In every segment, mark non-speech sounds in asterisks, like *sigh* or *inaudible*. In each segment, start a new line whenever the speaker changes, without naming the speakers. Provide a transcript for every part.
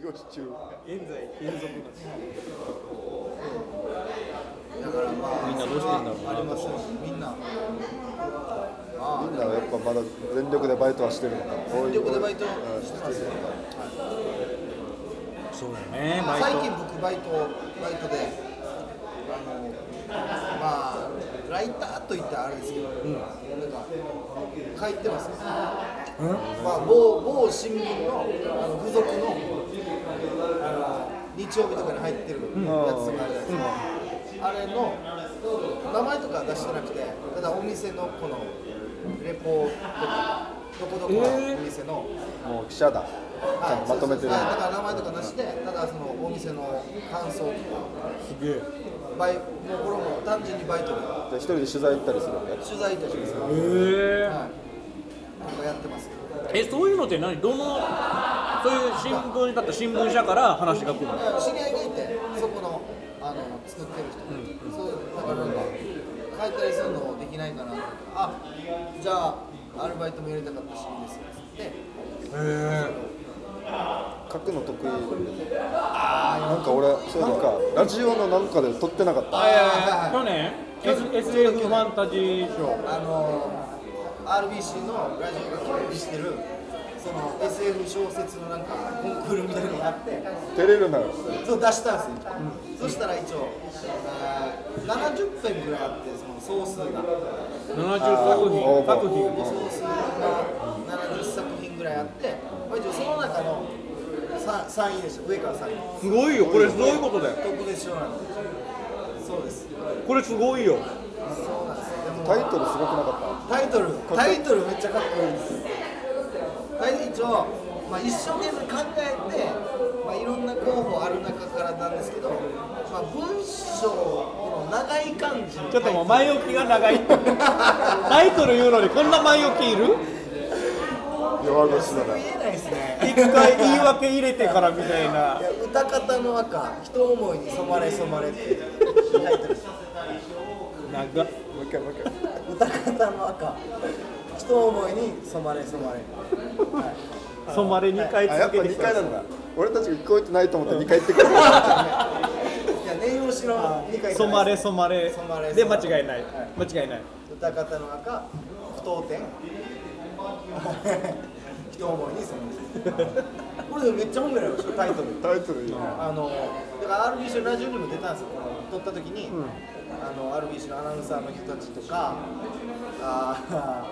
濁し中
現在継続だし
だからまあ
みんなどうしてんだろうな
ありますよみんな
みんなはやっぱまだ全力でバイトはしてるのか
全力でバイト
うん
してますよ
そうだねバイ
最近
ト
僕バイトバイトであのまあライターといったらあれですけど、なんか書いてますね、まあ、某某新聞のあの付属のあの日曜日とかに入ってるやつとかあるじゃないですか、あれの名前とかは出してなくてただお店のこのレポートどこどこのお店の、
もう記者だちゃんとまとめてる
はいだから名前とかなしで、ただそのお店の感想とか、
すげえ
バイもうこれも単純にバイトで
で一人で取材行ったりするんで
取材いたしますから、はい、
へ
なんかやってます。
ええそういうのって何どのそういう新聞だったら新聞社から話が来るの
だから知り合いがいて、そこのあの作ってる人、そうだからなんか書いたりするのもできないかなとあじゃあアルバイトも入れたかったしいいですよで
書くの得意なんか俺なんかラジオのなんかで撮ってなかった
あ
去年 S- SF ファンタジー賞
あの RBC のラジオが掲示してるその SF 小説のなんかコンクールみたいなのがあって
照れるなよ
そう出したんですよ、そしたら一応、あー70編ぐらいあってその総数が
70作
応
品
募
作品
総数が70作品ぐらいあって、まあ、一応その中の 3, 3位でした上から3位
すごいよこれそういうことだよ
特別賞なんでそうですそう
これすごいよ
なんですでも
タイトルすごくなかっ
タイトル
いい
タイトルめっちゃかっこいいですタイ一応、まあ、一生懸命考えて、まあ、いろんな候補ある中からなんですけど、まあ、文章この長い感じの
ちょっともう前置きが長いタイトル言うのにこんな前置きいる
た弱腰だ
言
ね
えないですね
一回言い訳入れてからみたい
い
な
や歌方の赤人思いに染まれ染まれっていうタイトルです
長っ
もう一回もう一回
歌方の赤人思いに染まれ染まれ
染まれ2回
あやっ
続
ぱ
けてき
2
た
回なんだ俺たちが聞こえてないと思って2回言ってくる
いや念押しの2回
染まれ染まれ
染まれ
で
染まれ
間違いない間違いない
歌方の赤不当点 *laughs* 人思いに染まれこれでもめっちゃ褒められましたタイトル
タイトルいいね
あのだから RBC のラジオにも出たんですよ、この撮った時に、あの RBC のアナウンサーの人たちとか、あ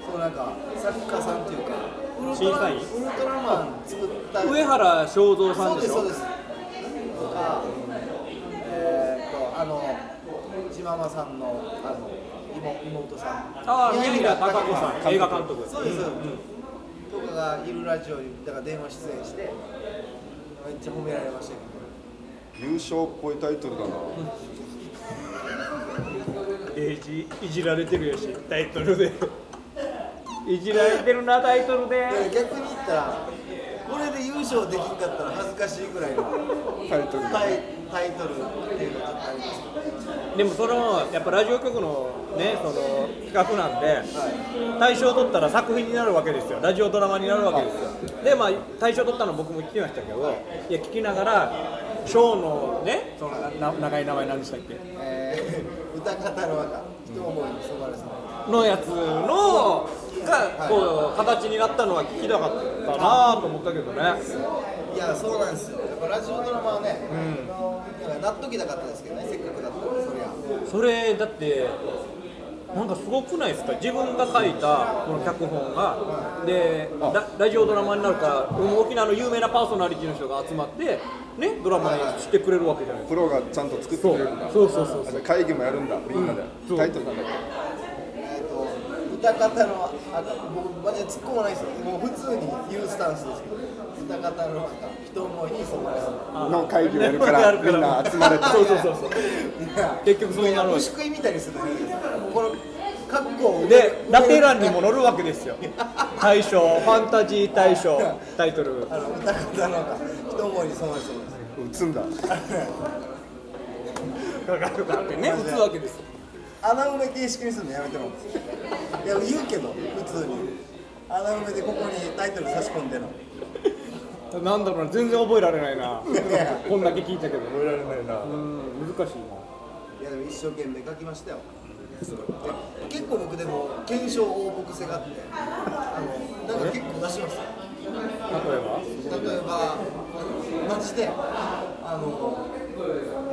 ーそうなんか作家さんというか、ウルト
審
ラ
査員
ウルトラマン作った
上原正蔵さ
そ
ん
う
で
で
し
す、そう
ょ
です。とか、えー、っと、あの、ちままさんのあの妹妹さん、
あー宮平貴子さん
貴子
映画監督
そうです、そうですとかがいるラジオに、だから電話出演して、めっちゃ褒められましたけど。
優勝っぽいタイトルだな
デイジいじられてるやしタイトルでいじられてるなタイトルで
逆に言ったらこれで優勝できんかったら恥ずかしいぐらいの
タイトル
タイタイトルっていうのがちょっとありますけど
でもそのやっぱラジオ局のねその企画なんで大賞取ったら作品になるわけですよラジオドラマになるわけですよでまあ大賞取ったの僕も聞きましたけどいや聞きながら賞のねそのな長い名前何でしたっけ
えー、歌方の若人思いに染まるさ
のやつのがこう形になったのは聞きたかったなぁと思ったけどね
いやそうなんですよやっぱラジオドラマはね、うん、納得いかなかったですけどねせっかくだったらそりゃ
それだってなんかすごくないですか自分が書いたこの脚本がでララジオドラマになるから沖縄の有名なパーソナリティの人が集まってねドラマにしてくれるわけじゃないですか
プロがちゃんと作ってくれるんだ
そうそうそう
あ
そう
じゃあ会議もやるんだみんなで、
そう
タイトルなんだっけ
えっ、と歌方の赤僕マジで突っ込まないですよもう普通に言うスタンスですけど歌方の赤人思いに染まるさ
の会議をやるからみんな集まれて
そうそうそうそう *laughs* 結局そうなるわけ
虫食いみたいにするだけですこの格好を
でラテ欄にも載るわけですよ大賞ファンタジー大賞タイトル
あの歌方のか人思いに染まるそうで
打
す
つんだ
がかかってね打つわけですよ
穴埋め形式にするのやめてもらっていいいや言うけど普通にアナログでここにタイトル差し込んでの
なんだろうな全然覚えられない *laughs* な
ね
こんだけ聞いたけど覚えられないなうん難しい
いやでも一生懸命書きましたよ結構僕でも検証応募癖があってあのなんか結構出します
な例えば
例えばマジであの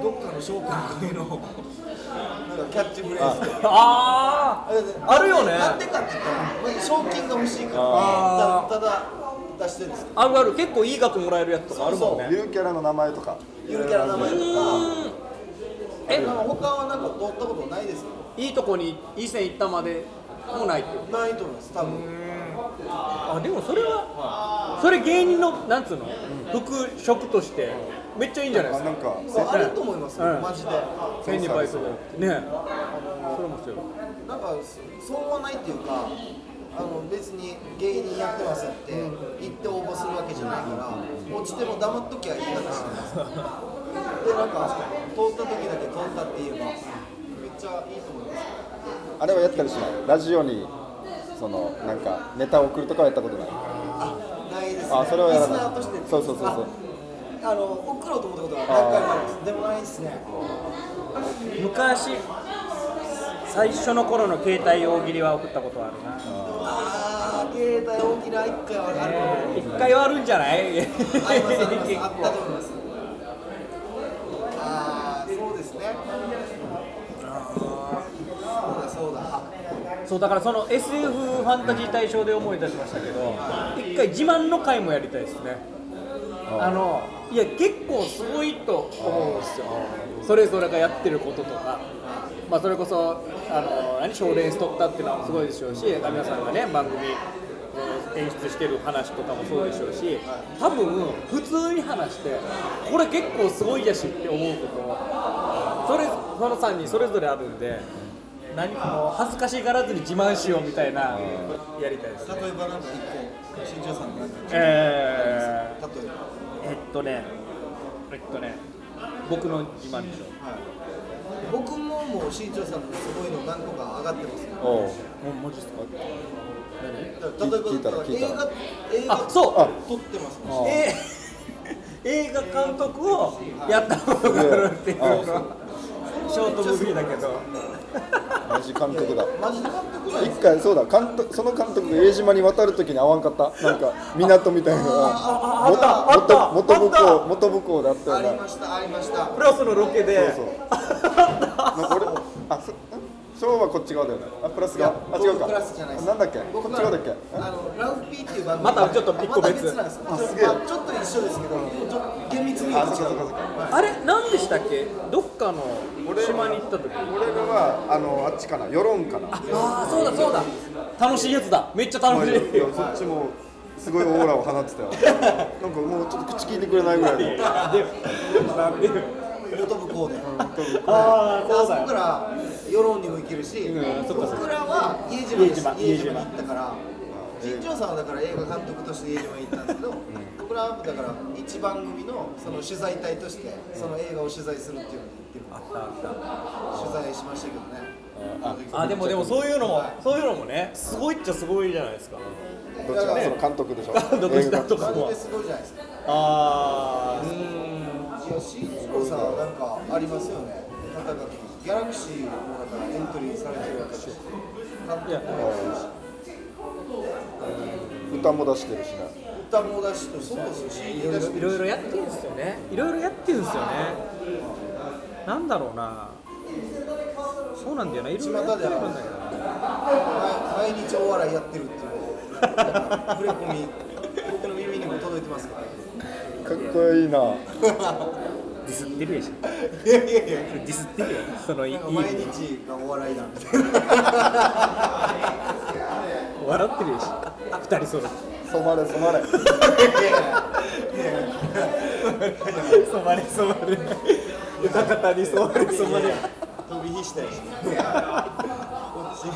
どっかの商工会のなんかキャッチフレーズで
あああるよね
なんでかって言ったらまあ賞金が欲しいから
あ
たただ出してるんですけど
あるある結構いい額もらえるやつとかあるもんね
ゆるキャラの名前とか
ゆるキャラ名前とか
え
え他はなんか通ったことないですけ
いいとこにいい線行ったまでもうないって
どないと思います多分
あでもそれはそれ芸人のなんつうの服飾としてめっちゃいいんじゃないで
あ
す
な
か
んか
そうあると思います
うん
よマジでな
千にバイトでねそれもそうよ
んかそうはないっていうかあの別に芸人やってますって言って応募するわけじゃないから落ちても黙っときゃいい話なんですよでなんか通った時だけ通ったって言えばめっちゃいいと思います
あれはやったりしないラジオにそのなんかネタを送るとかはやったことない
あないですね
あそれはやらない
リスナーとして
そうそうそうそう
ああの送ろうと思ったことは何回もありますでもないですね
昔最初の頃の携帯大喜利は送ったことあるな
ああ携帯大きな一回はある
一回はあるんじゃない
ありますありますあったと思いますああそうですねああそうだそうだ
そうだからその SF ファンタジー大賞で思い出しましたけど一回自慢の回もやりたいですねあのいや結構すごいと思うんですよそれぞれがやってることとか、まあ、それこそあの何賞レース取ったっていうのもすごいでしょうし皆さんがね番組えー演出してる話とかもそうでしょうし多分普通に話してこれ結構すごいやしって思うことをそれそのさんにそれぞれあるんで何かもう恥ずかしがらずに自慢しようみたいなやりたいです
例えばなんか一個新庄さんのなんか
え
例えば
ー、えっとねえっとね僕の自慢でしょ
はい僕ももう新庄さんのすごいの何個か上がってますよ
おう
もう文字っすか
だから例えば
聞いたら聞いたら
映画映画
あそう
あ
撮ってますもん
あー
えー映画監督をやったことがあるっていうの
あ
ショートムービーだけど
マジ監督だ
マジで監督なんで
一
すか
回そうだ監督その監督が江島に渡るときに会わんかったなんか港みたいなの
あああった
が元元
あ
元武元
った
武功だった
あ
よ
り
な
ましたありました
プラスのロケで
そうそう
あ
なんか俺あそん昭和こっち側だよねあプラス
いや
があ違う
僕
か
プラスじゃないです
なんだっけこっ
僕
ち側だっけ
あのラウフ P っていう番組
またちょっと一個別
またなんですよ
あすげえ
まあちょっと一緒ですけどちょっと厳密に言う
あ
と
そっか
違
そっ
う
かそっか
れ何でしたっけどっかの島に行った時
俺らはあのあっちかな世論かな
ああそうだそうだ楽しいやつだめっちゃ楽しい
いやそっちもすごいオーラを放ってたよ
*laughs*
なんかもうちょっと口聞いてくれないぐらいの
元部校で
あ
あそこから世論にも行けるし、僕らは家島です
家島
家島に行ったから新庄さんはだから映画監督として家島に行ったんですけど、僕らはだから一番組のその取材隊としてその映画を取材するっていうのに行ってる
あったあった
取材しましたけどね
あでもでもそういうのもそういうのもねすごいっちゃすごいじゃないですか
どっちがその監督でしょ
監督したと
マジですごいじゃないですか
ああうん
いや、シンジロさんはなんかありますよね、肩書き。ギャラクシーもだからエントリーされてるわけでしょ。
いや
歌も出してるしね
歌も出しと、そうですよ、シン
い
ジ
ろ
ロ
いろいろいろやってるんですよねいろいろやってるんですよねなんだろうなそうなんだよないろいろやってるんだけどな
毎日お笑いやってるっていう、触れ込み、僕の耳にも届いてますか
かっこいいな
ディスってるやし
ら。いやいやいや、
ディスってるやんそのいい
なんか
いい
毎日がお笑いだみたい
笑ってるやし二人そうだ
染まれ染
*laughs*
まれ
染まれ染ま *laughs* れ歌方に染まれ染まれ
な、飛び火したりして。こっち。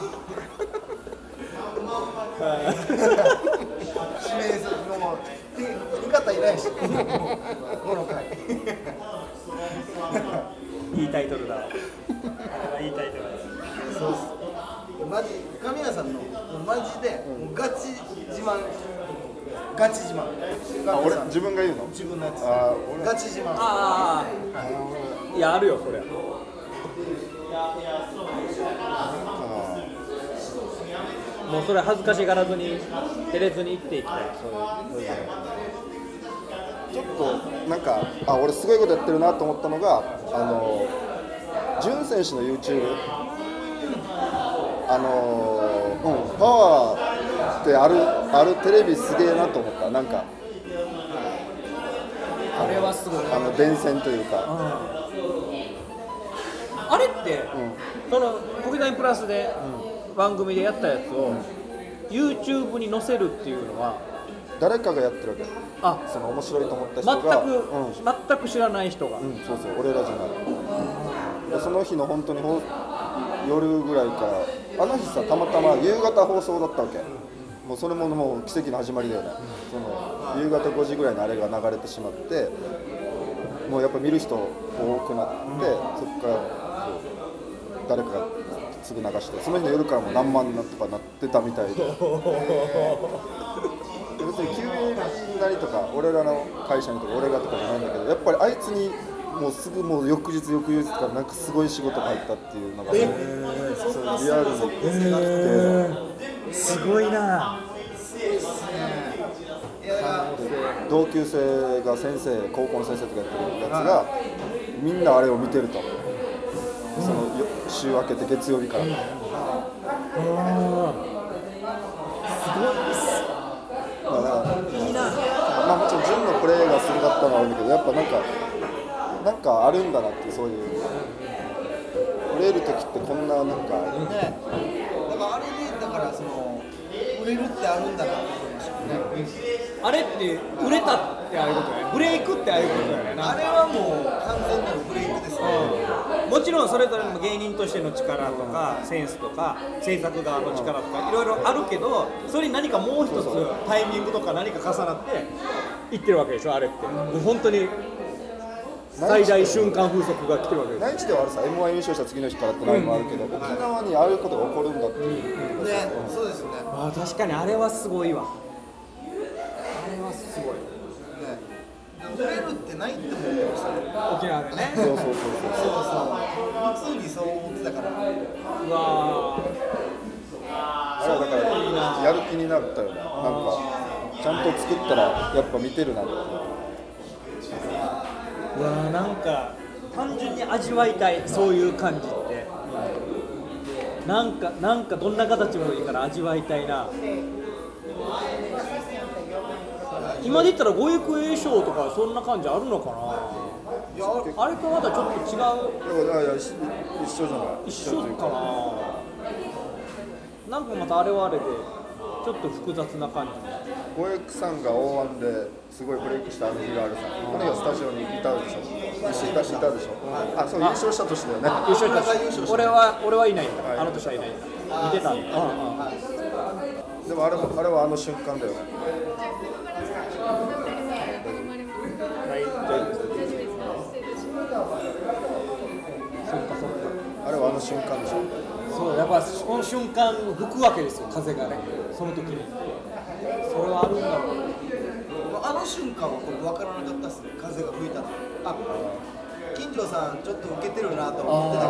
指名するのも、手、味方いないし、もうこの回。
いいタイトルだわあれはいいタイトルだ
そうっす。マジ神谷さんのもうマジでもうガチ自慢ガチ自慢
あ俺
神谷さん
自分が言うの
自分のやつ
あー俺
ガチ自慢
ああいやあるよそりゃもうそれ恥ずかしがらずに照れずに生きていきたい
ちょっとなんかあ俺すごいことやってるなと思ったのがあの潤選手の YouTube あのうんパワーってあるあるテレビすげえなと思ったなんか
あれはすごい
あの伝線というか
あれって、その国内プラスで番組でやったやつを、YouTube に載せるっていうのは
誰かがやってるわけ
あ
その面白いと思った人
全
が
く、
うん
全く知らない人が、
うん、そうそう、俺らじゃない。でその日の本当にほん夜ぐらいから、あの日さ、たまたま夕方放送だったわけ。もうそれももう奇跡の始まりだよね。その夕方5時ぐらいにあれが流れてしまって、もうやっぱ見る人多くなって、そこからそう誰かがすぐ流して、その日の夜からもう何万なとかなってたみたいで。別に急になりとか俺らの会社にとか俺がとかじゃないんだけどやっぱりあいつにもうすぐもう翌日翌々日からなんかすごい仕事が入ったっていうのがそうリアルに
すごいな
同級生が先生高校の先生とかやってるやつがみんなあれを見てるとそのよ週明けて月曜日からまあだからまあもちろん純のプレーがすごかったのはあるんだけどやっぱなんかなんかあるんだなっていうそういう売れる時ってこんななんか
ねだからあれでだからその売れるってあるんだなって思いましたね
あれって売れたってああいうことやねブレイクってああいうことやね
あれはもう完全なるブレイクですね
もちろんそれぞれの芸人としての力とかセンスとか制作側の力とかいろいろあるけどそれに何かもう一つタイミングとか何か重なっていってるわけでしょあれってもう本当に最大瞬間風速が来てるわけです
内地ではあるさ m 1優勝した次の日からってのもあるけど、沖縄にああいうことが起こるんだっていう、
ねそうですよね
ああ確かにあれはすごいわあれはすごい
ね売れるってないって思ってましたね
沖縄でね
そうそうそうそう
そうそう普通にそう思ってたから
*laughs* うわー
あれはだからやる気になったよねなんかちゃんと作ったらやっぱ見てるなって
うわーなんか単純に味わいたいそういう感じってなんかなんかどんな形もいいから味わいたいな今で言ったら五育栄翔とかそんな感じあるのかなあれとまたちょっと違う
だからいやし一緒じゃない
一緒かななんかまたあれはあれでちょっと複雑な感じ
五役さんが O1 ですごいブレイクしたあの日があるさこの日はスタジオにいたでしょいたいたでしょあそう優勝した年だよね
優勝した俺は俺はいないんだあの年はいないんだ見てたんだうんうん
でもあれもあれはあの瞬間だよねあれはあの瞬間でしょ
そうやっぱその瞬間吹くわけですよ風がねその時にそれはあるんだろう
あの瞬間は僕分からなかったっすね風が吹いたのあ金城さんちょっとウケてるなと思ってた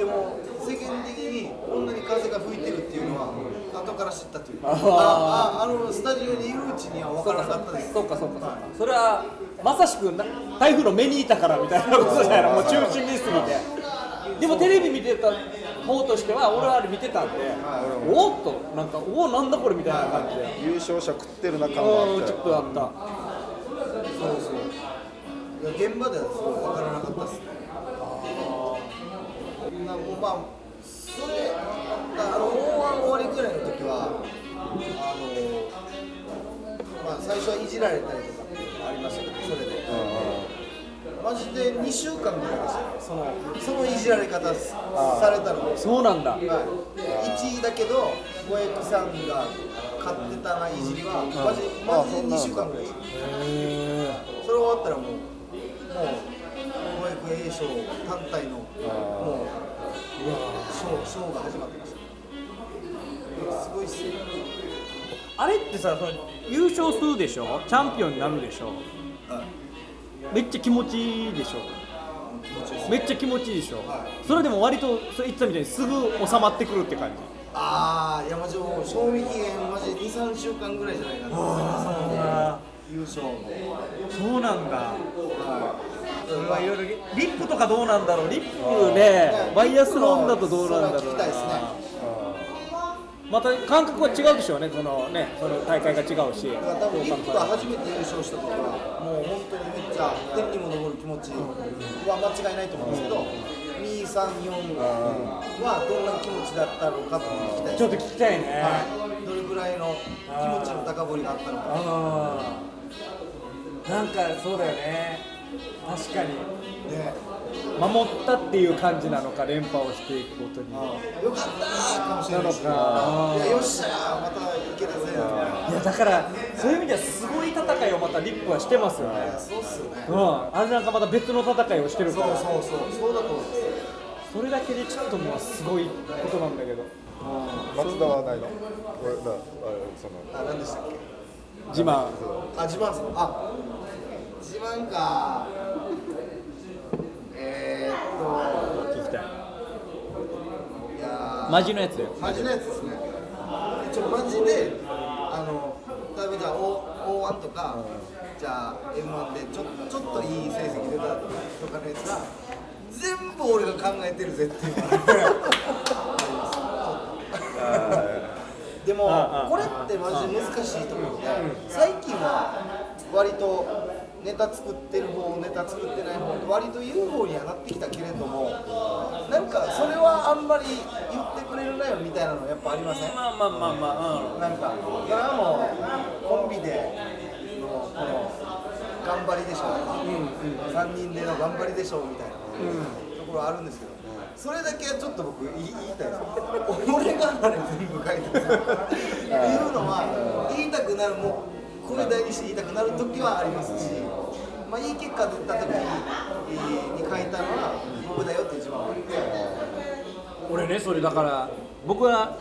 けどでも世間的にこんなに風が吹いてるっていうのは後から知ったというかあああのスタジオにいるうちには分からなかったです
そうかそうかそうかそれはまさしくな台風の目にいたからみたいなことだよもう中心にすぎてでもテレビ見てた方としては俺はあれ見てたんでおおっとなんかおおなんだこれみたいな感じで
優勝者食ってるな感があっ
うん
た
ちょ
よ
っとあった
そうそういや現場ではすごい分からなかったっすねなんかまあそれあの大終わりぐらいの時はあのまあ最初はいじられたりとかっていうのがありましたけどそれでマジで2週間ぐらいでしたねそのそのいじられ方すされたのはい
そうなんだ
1位だけど五役さんが勝ってたないじりはマジ
あ
マジで2週間ぐらいでしたそれ終わったらもう、もう、保育栄翔単体の、もう、ショーショーが始まってました。一戦
あれってさその優勝するでしょチャンピオンになるでしょめっちゃ気持ちいいでしょ
気持ちいいです
めっちゃ気持ちいいでしょ、
は
それでも割とそれ言ってたみたいにすぐ収まってくるって感じ
ああ山城も賞味期限マジ23週間ぐらいじゃないかな
あ
優勝も
あそうなんだ
はい
まあいろいろリリップとかどうなんだろうリップねバイアスロンだとどうなんだ
そ
ろ
れは聞
う
き
な
たいですね
また感覚は違うでしょうねこのねその大会が違うし
だから多分リップが初めて優勝した時はもう本当にめっちゃ天にも昇る気持ちは間違いないと思うんですけど234はどんな気持ちだったのかというのを聞きたいです
ちょっと聞きたいね、
はい、どれくらいの気持ちの高ぶりがあったのか
ああなんかそうだよね確かに
ね
守ったっていう感じなのか連覇をしていくことに
よかったーかもしれないしい
あ
やよっしゃーまたいけたぜみたいない
やだからそういう意味ではすごい戦いをまたリップはしてますよね
そうっすよね
うんあれなんかまた別の戦いをしてる
そう
から
そうそうそうだと思うんですよ
それだけでちょっともうすごいことなんだけど
松田はないの俺だあれその
あ何でしたっけ
自慢
あ自慢っすかあ自慢かえー、っと
聞きたい
いや
マジのやつだよ
ーマジのやつですねちょマジであの例えばじゃあ O- O1 とか、じゃあ M1 でちょちょっといい成績出たとかのやつが全部俺が考えてるぜっていうのがでも
ああ
これってマジで難しいと思うので最近は割とネタ作ってる方ネタ作ってない方と割と言う方にはなってきたけれどもなんかそれはあんまり言ってくれるなよみたいなのやっぱありません
まあまあまあまあ
なんか、それはもう、コンビでのこの頑張りでしょう、三3人での頑張りでしょうみたいなところあるんですけど、それだけはちょっと僕、言い言いたいです、俺があれ全部書いてるっていうのは、言いたくなる、もう声大にして言いたくなる時はありますし、まあ、いい結果出た時に書いたのは、僕だよって一番はあります。
俺ねそれだから僕は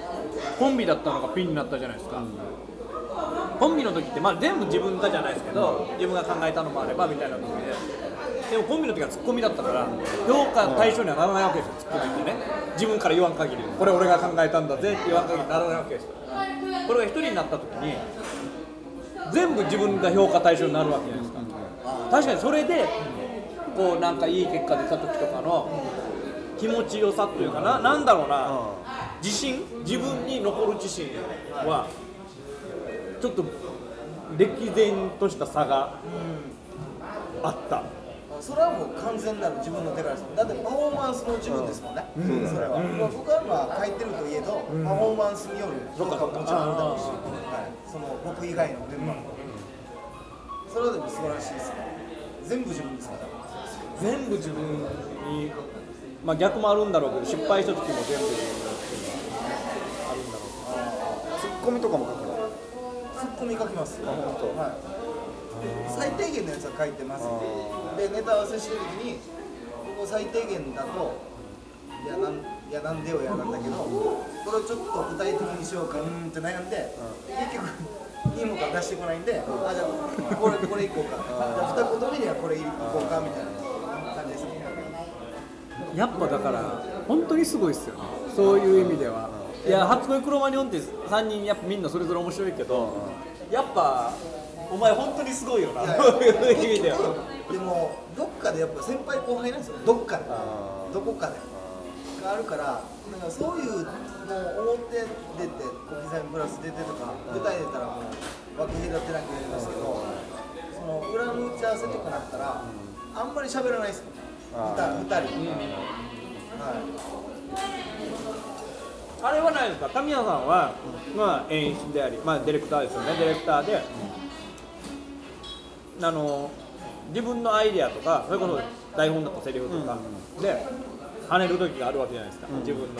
コンビだったのがピンになったじゃないですか、コンビの時って、まあ、全部自分がじゃないですけど自分が考えたのもあればみたいな時ででもコンビの時はツッコミだったから評価対象にはならないわけですよツッコミってね自分から言わん限りこれ俺が考えたんだぜって言わん限りならないわけですよこれが一人になった時に全部自分が評価対象になるわけじゃないですか確かにそれでこうなんかいい結果出た時とかの気持ちよさというかななんだろうな自信自分に残る自信はちょっと歴然とした差があった
それはもう完全なる自分の手からですもんだってパフォーマンスの自分ですもんね、それは、まあ僕はまあ書いてるといえど、パフォーマンスによる評価ももちろんあるだろうし、はい、その僕以外のメンバーも、それはでも素晴らしいですね全部自分ですから
全部自分にまあ逆もあるんだろうけど失敗した時も全部
ツッコミとかも書くの
ツッコミ書きますはい、最低限のやつは書いてますでネタ合わせしてる時にここ最低限だといやなんいやなんでよやなんだけどこれをちょっと具体的にしようかうーんって悩んで、結局いいもんか出してこないんで、あじゃあこれこれいこうかじゃあ二言目にはこれいこうかみたいな感じですね
やっぱだから本当にすごいっすよねそういう意味では、いや初恋クロマニオンって3人やっぱみんなそれぞれ面白いけど、やっぱお前本当にすごいよな、
いや
*laughs* そういう意味では。
でもどっかでやっぱ先輩後輩なんですよどっかでどこかでがあるからなんかそういうもう表出て小刻みプラス出てとか舞台出たらもう脇隔てなくやりますけどその裏の打ち合わせとかなったらあんまり喋らないですよ2人はい
あれはないですか、神谷さんは、まあ、演出であり、まあ、ディレクターですよね、ディレクターで、あの自分のアイデアとか、それこそ台本だとセリフとかで、跳ねる時があるわけじゃないですか、自分のこの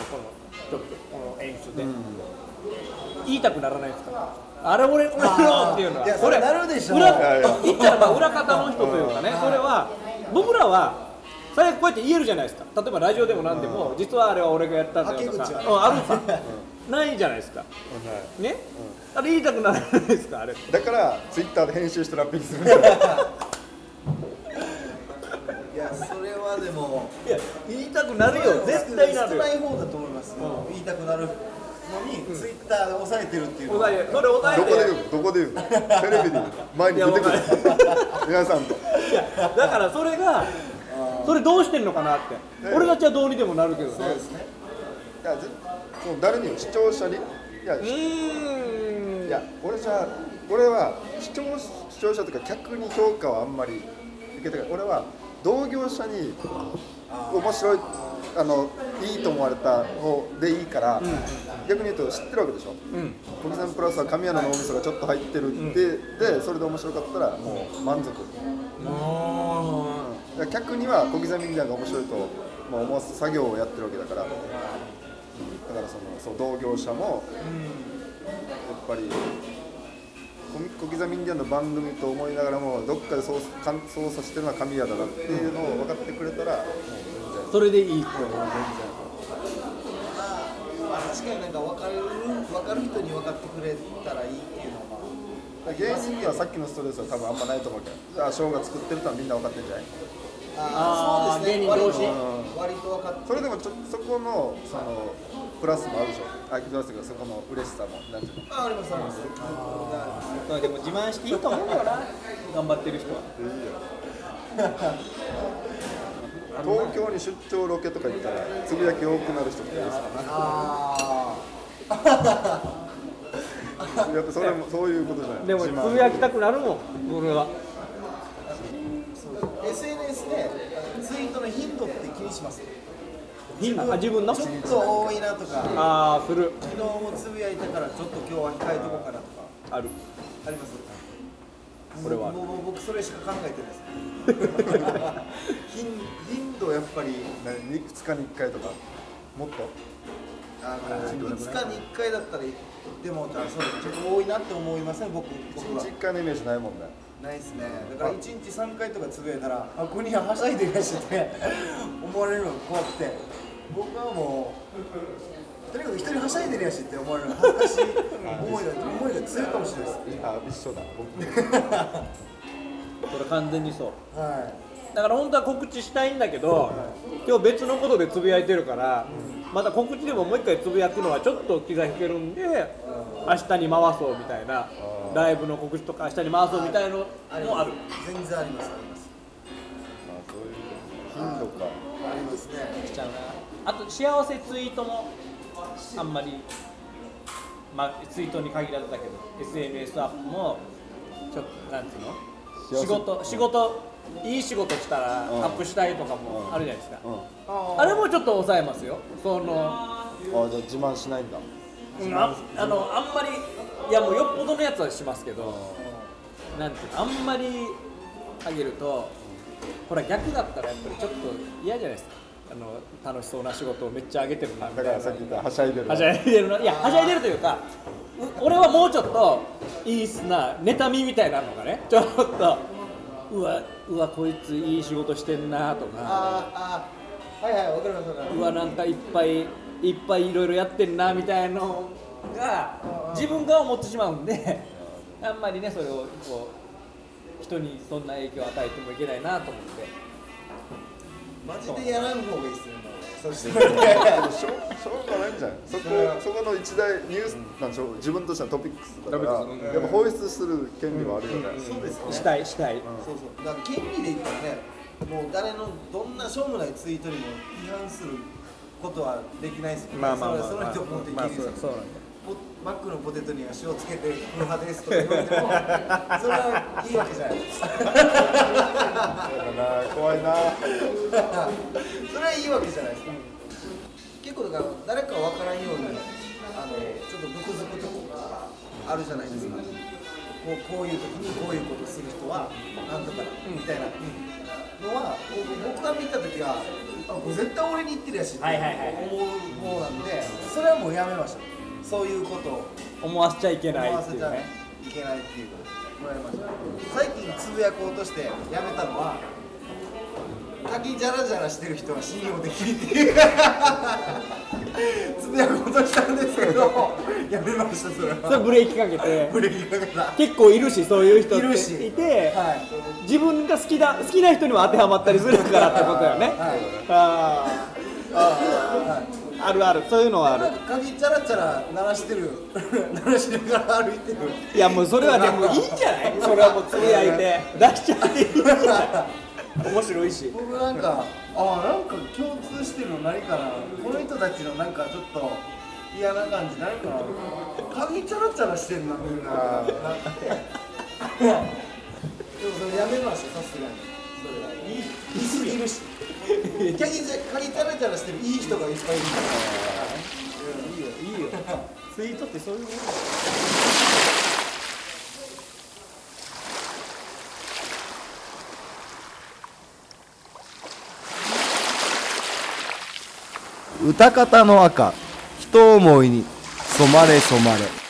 ちょっとこの演出で、言いたくならないですか。あれ俺俺のっていうのは、
いや
これ
それなるでしょ
裏
いやいや
言ったらまあ裏方の人というかね、それは僕らは最悪こうやって言えるじゃないですか。例えばラジオでもなんでも、実はあれは俺がやったんだよとか、
はけ口はね
うんあるさ。ないじゃないですかね、あれ言いたくならないですかあれ
だからツイッターで編集してラッピングするんじゃない
いやそれはでも
いや言いたくなるよ絶対なる
少
よ
ない方だと思います、言いたくなるのに、ツイッターで抑えてるっていうの
お
は
題それお題
*laughs* どこで言
で
うのどこで言うのテレビで言うの前に出てくる
いや
皆さんと
いやだからそれがそれどうしてんのかなって俺たちはどうにでもなるけどね
そうですね
いやぜその誰にも視聴者にいや
う
い
ーん
や俺じゃ俺は視聴視聴者とか客に評価はあんまり受けてない俺は同業者に面白いあのいいと思われた方でいいから、逆に言うと知ってるわけでしょ
うん
国産プラスは神谷の脳みそがちょっと入ってるって、でそれで面白かったらもう満足、
あ
だから客には小刻みみたいなのが面白いと、まあ、思わす作業をやってるわけだからだからそのそう同業者もやっぱり小小刻みインディアンの番組と思いながらもどっかで操作かん操作してるのは神谷だなっていうのを分かってくれたらもう
ーそれでいい
全然もう
まあ確かになんか分かる分かる人に分かってくれたらいいっていうの
全然だ
は
から芸人にはさっきのストレスは多分あんまないと思うけどあ翔が作ってるとはみんな分かってるんじゃない
ああ
あ
そう
ー
ですね
芸人同士
割と割と分かって
それでもちょそこのそのプラスもあるでしょあプラスというかそこの嬉しさもなんていうの
あありますありますあ
まあでも自慢していいと思うよな頑張ってる人は
東京に出張ロケとか行ったらつぶやき多くなる人とかいるんですか
あ
やっぱそれもそういうことじゃない
でもつ
自慢
ぶやきたくなるもん俺は
ー SNS でツイートの頻度って気にします
あ自分の
ちょっと多いなとか
ああする
昨日もつぶやいたからちょっと今日は控えとこうかなとか
ある
あります
これはある
もうもう僕それしか考えてないです頻 *laughs* 頻度やっぱり
何いくつかに1回とかもっと
あの5日に1回だったらでもあそうですちょっと多いなって思いません僕僕
1
は
日1回のイメージないもんね
ないですねだから1日3回とかつぶやいたらあここにはしゃいでいらっしゃって *laughs* 思われるのが怖くて僕はもうとにかく一人はしゃいでるやしって思われるのが恥ずかしい思いが思いが強いかもしれないです
あ一緒だ僕も
それ完全にそう
はい
だから本当は告知したいんだけど、今日別のことでつぶやいてるから、また告知でももう一回つぶやくのはちょっと気が引けるんで、明日に回そうみたいな、ライブの告知とか、明日に回そうみたいなのもある。
全然ありますあります
あそういう頻度か
ありますね
あと、幸せツイートもあんまり、まあ、ツイートに限らずだけど、SNS アップも、ちょっと、なんてい
幸せ
うの、仕事、仕事、いい仕事したらアップしたいとかもあるじゃないですか。
う
あれもちょっと抑えますよ。その
んあじゃあ自慢しないんだ
うん、ああのあんまりいやもうよっぽどのやつはしますけどなんていうのあんまりあげるとほら逆だったらやっぱりちょっと嫌じゃないですかあの楽しそうな仕事をめっちゃあげてるなみた
だ
い
から
な
さっき言ったはしゃいでる
はしゃいでるないやはしゃいでるというかう俺はもうちょっといいっすな妬みみたいなのがねちょっとうわうわこいついい仕事してんなとか
あーあーはいはいわかりますわかります
うわなんかいっぱいいっぱいいろいろやってんなみたいのが自分が思ってしまうんであんまりねそれをこう人にそんな影響を与えてもいけないなと思って
マジでやらん方がいいっすよ、ね、そして
でもしょうしょうがないんじゃないそこそこの一大ニュースなんでしょう自分としてのトピックスだから
トピックス
やっぱ放出する権利はあるよね、
そうですよね
したいしたい
そうそうだから権利で言ったらねもう誰のどんなしょうもないツイートにも違反することはできないですもんねそれはその人本当に権利ですよ、
そうなんだ
ポマックのポテトには塩つけて無派ですとか言われてもそれはいいわけじゃないです
だからな怖いな
それはいいわけじゃないですか、結構だから誰かわからんようにあのちょっと毒づくとこがあるじゃないですか、こうこういう時にこういうことする人はなんとかだみたいなのは、僕が見た時はあこれ絶対俺に言ってるやしって
はいはいはいはい
思うものなんでそれはもうやめましたそういうことを
思わせちゃいけない
思わ
って
せ
いう
ちゃい
ね
けないっていうもらいました最近つぶやこうとしてやめたのは鍵じゃらじゃらしてる人は信用できるっていう *laughs* つぶやくことしたんですけどやめましたそれ
それ
は
ブレーキかけて
ブレーキかけた
結構いるしそういう人っ
いるして
いて、
は
自分が好きだ好きな人にも当てはまったりするからってことよね、あーあるあるそういうのはある
い鍵チャラチャラ鳴らしてる鳴らしながら歩いてる
いやもうそれはでもいいんじゃないそれはもうつぶやい *laughs* て出しちゃっていいんじゃない面白いし
僕なんかあなんか共通してるの何かなこの人たちのなんかちょっと嫌な感じないかな髪チャラチャラしてるなみんななってでもそれやめましたさすがにそれは言い言い過ぎるし鍵チャ鍵チャラチャラしてるいい人がいっぱいいる
いいよツイートってそういうもの
歌方の赤人思いに染まれ染まれ